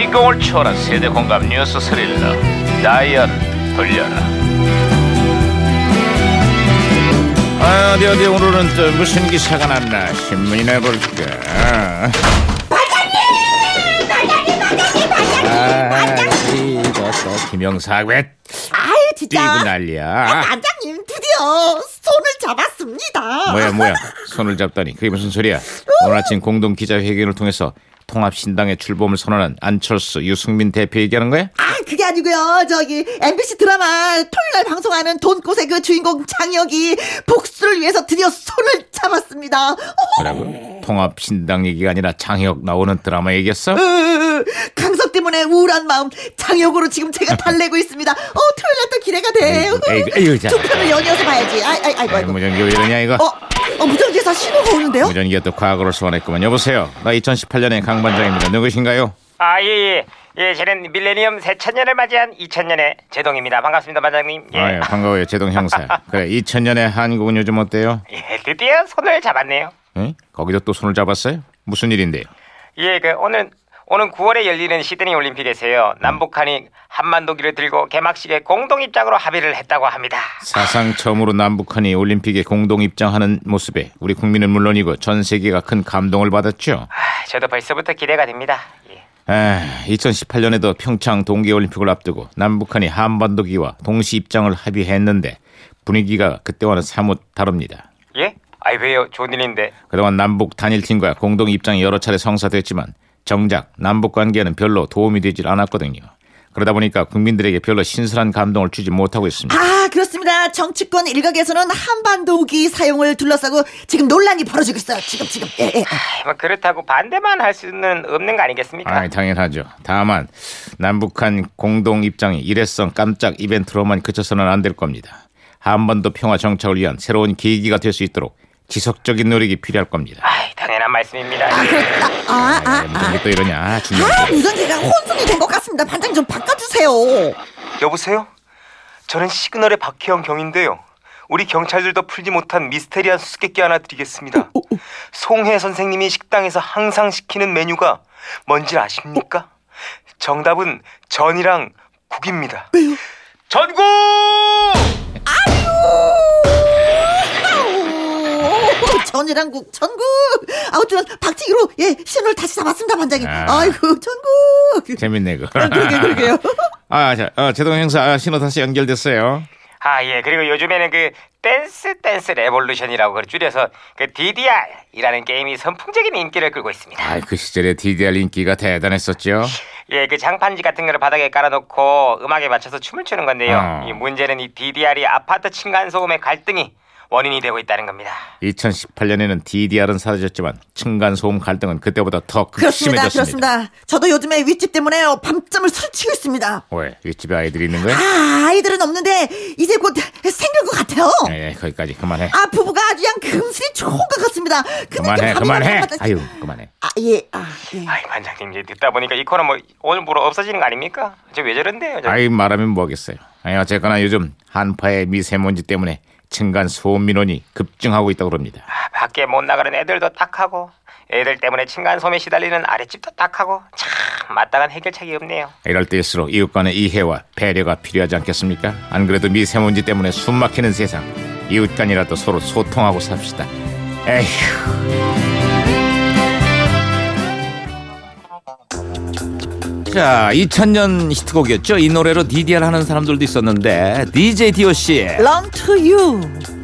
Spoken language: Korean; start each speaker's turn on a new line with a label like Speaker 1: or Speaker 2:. Speaker 1: 인공을 초월한 세대 공감 뉴스 스릴러 다이얼 돌려라 아, 어디 어디 오늘은 또 무슨 기사가 났나 신문이나 볼까 반장님! 반장님! 반장님! 반장님! 아, 이거 또 김영사 왜
Speaker 2: 아유
Speaker 1: 뛰고 아.
Speaker 2: 진짜
Speaker 1: 난리야
Speaker 2: 반장님 드디어 손을 잡았습니다
Speaker 1: 뭐야 뭐야 손을 잡다니 그게 무슨 소리야 오늘 아침 공동 기자회견을 통해서 통합신당의 출범을 선언한 안철수 유승민 대표 얘기하는 거야?
Speaker 2: 아 그게 아니고요 저기 MBC 드라마 토요일날 방송하는 돈꽃의 그 주인공 장혁이 복수를 위해서 드디어 손을 잡았습니다 어,
Speaker 1: 뭐라고? 통합신당 얘기가 아니라 장혁 나오는 드라마 얘기였어?
Speaker 2: 으, 강석 때문에 우울한 마음 장혁으로 지금 제가 달래고 있습니다 어 토요일날 또 기대가 돼
Speaker 1: 에이구, 에이구, 자.
Speaker 2: 두 편을 연이어서 봐야지 아이 아이 아이고
Speaker 1: 아이, 뭐-
Speaker 2: 아이고
Speaker 1: 무전기 왜 이러냐 이거
Speaker 2: 어, 어 무전기에서 신호가 오는데요
Speaker 1: 무전기가 또 과거를 소환했구만 여보세요 나 2018년의 강반장입니다 누구신가요?
Speaker 3: 아, 예, 예. 예, 저는 밀레니엄 새천년을 맞이한 2000년의 제동입니다. 반갑습니다, 반장님. 예.
Speaker 1: 아유 반가워요 제동 형사 그래 2000년의 한국은 요즘 어때요?
Speaker 3: 예, 드디어 손을 잡았네요.
Speaker 1: 응? 거기서 또 손을 잡았어요? 무슨 일인데요?
Speaker 3: 예, 그 오늘 오는 9월에 열리는 시드니 올림픽에서요.
Speaker 1: 음.
Speaker 3: 남북한이 한반도기를 들고 개막식에 공동 입장으로 합의를 했다고 합니다.
Speaker 1: 사상 처음으로 남북한이 올림픽에 공동 입장하는 모습에 우리 국민은 물론이고 전 세계가 큰 감동을 받았죠
Speaker 3: 아, 저도 벌써부터 기대가 됩니다. 예.
Speaker 1: 아, 2018년에도 평창 동계올림픽을 앞두고 남북한이 한반도기와 동시 입장을 합의했는데 분위기가 그때와는 사뭇 다릅니다.
Speaker 3: 예? 아이 왜요? 좋은 일인데.
Speaker 1: 그동안 남북 단일팀과 공동 입장이 여러 차례 성사됐지만 정작 남북 관계는 별로 도움이 되질 않았거든요. 그러다 보니까 국민들에게 별로 신선한 감동을 주지 못하고 있습니다.
Speaker 2: 아 그렇습니다 정치권 일각에서는 한반도기 사용을 둘러싸고 지금 논란이 벌어지고 있어요 지금 지금 예, 예.
Speaker 3: 아이, 뭐 그렇다고 반대만 할 수는 없는 거 아니겠습니까?
Speaker 1: 아, 당연하죠. 다만 남북한 공동 입장이 일회성 깜짝 이벤트로만 그쳐서는 안 될 겁니다. 한반도 평화 정착을 위한 새로운 계기가 될 수 있도록 지속적인 노력이 필요할 겁니다.
Speaker 3: 아이, 당연한 말씀입니다.
Speaker 2: 아,
Speaker 3: 예.
Speaker 2: 그렇다. 아, 아, 아.
Speaker 1: 이게 또 이러냐? 아, 중요.
Speaker 2: 아, 무전기가 혼선이 된 것 같습니다. 반장 좀 바꿔주세요.
Speaker 3: 여보세요? 저는 시그널의 박혜영 경인데요. 우리 경찰들도 풀지 못한 미스테리한 수수께끼 하나 드리겠습니다. 송혜 선생님이 식당에서 항상 시키는 메뉴가 뭔지 아십니까? 정답은 전이랑 국입니다. 전국!
Speaker 2: 아우, 전이랑 국, 전국. 아무튼 박치기로 예 신호를 다시 잡았습니다, 반장님.
Speaker 1: 아.
Speaker 2: 아. 이고 전국.
Speaker 1: 재밌네 그거.
Speaker 2: 그러게 그러게요.
Speaker 1: 아, 자, 어, 제동 행사 아, 신호 다시 연결됐어요.
Speaker 3: 아, 예. 그리고 요즘에는 그 댄스 댄스 레볼루션이라고 그걸 줄여서 그 DDR이라는 게임이 선풍적인 인기를 끌고 있습니다.
Speaker 1: 아, 그 시절에 DDR 인기가 대단했었죠.
Speaker 3: 예, 그 장판지 같은 거를 바닥에 깔아놓고 음악에 맞춰서 춤을 추는 건데요.
Speaker 1: 어.
Speaker 3: 이 문제는 이 DDR이 아파트 층간 소음의 갈등이 원인이 되고 있다는 겁니다.
Speaker 1: 2018년에는 DDR은 사라졌지만 층간 소음 갈등은 그때보다 더
Speaker 2: 그렇습니다,
Speaker 1: 심해졌습니다.
Speaker 2: 그렇습니다. 저도 요즘에 윗집 때문에 밤잠을 설치고 있습니다.
Speaker 1: 왜? 윗집에 아이들이 있는 거야?
Speaker 2: 아, 아이들은 없는데 이제 곧 생길 것 같아요.
Speaker 1: 예, 예, 거기까지 그만해.
Speaker 2: 아, 부부가 아주 그냥 금슬이 좋은 것 같습니다. 근데 좀
Speaker 1: 그만해,
Speaker 2: 감이
Speaker 1: 그만해.
Speaker 2: 왔다 갔다-
Speaker 1: 아유, 그만해.
Speaker 2: 아, 예, 아, 예.
Speaker 3: 아이 반장님 이제 듣다 보니까 이 코너 뭐 오늘부로 없어지는 거 아닙니까? 저 왜 저런데요? 저...
Speaker 1: 아이 말하면 뭐겠어요. 아니 어쨌거나 요즘 한파의 미세먼지 때문에 층간 소음 민원이 급증하고 있다고 합니다.
Speaker 3: 아, 밖에 못 나가는 애들도 딱하고 애들 때문에 층간 소음에 시달리는 아랫집도 딱하고 참 마땅한 해결책이 없네요.
Speaker 1: 이럴 때일수록 이웃 간의 이해와 배려가 필요하지 않겠습니까? 안 그래도 미세먼지 때문에 숨막히는 세상. 이웃 간이라도 서로 소통하고 삽시다. 에휴. 자, 2000년 히트곡이었죠. 이 노래로 DDR 하는 사람들도 있었는데 DJ DOC.
Speaker 2: Run to you.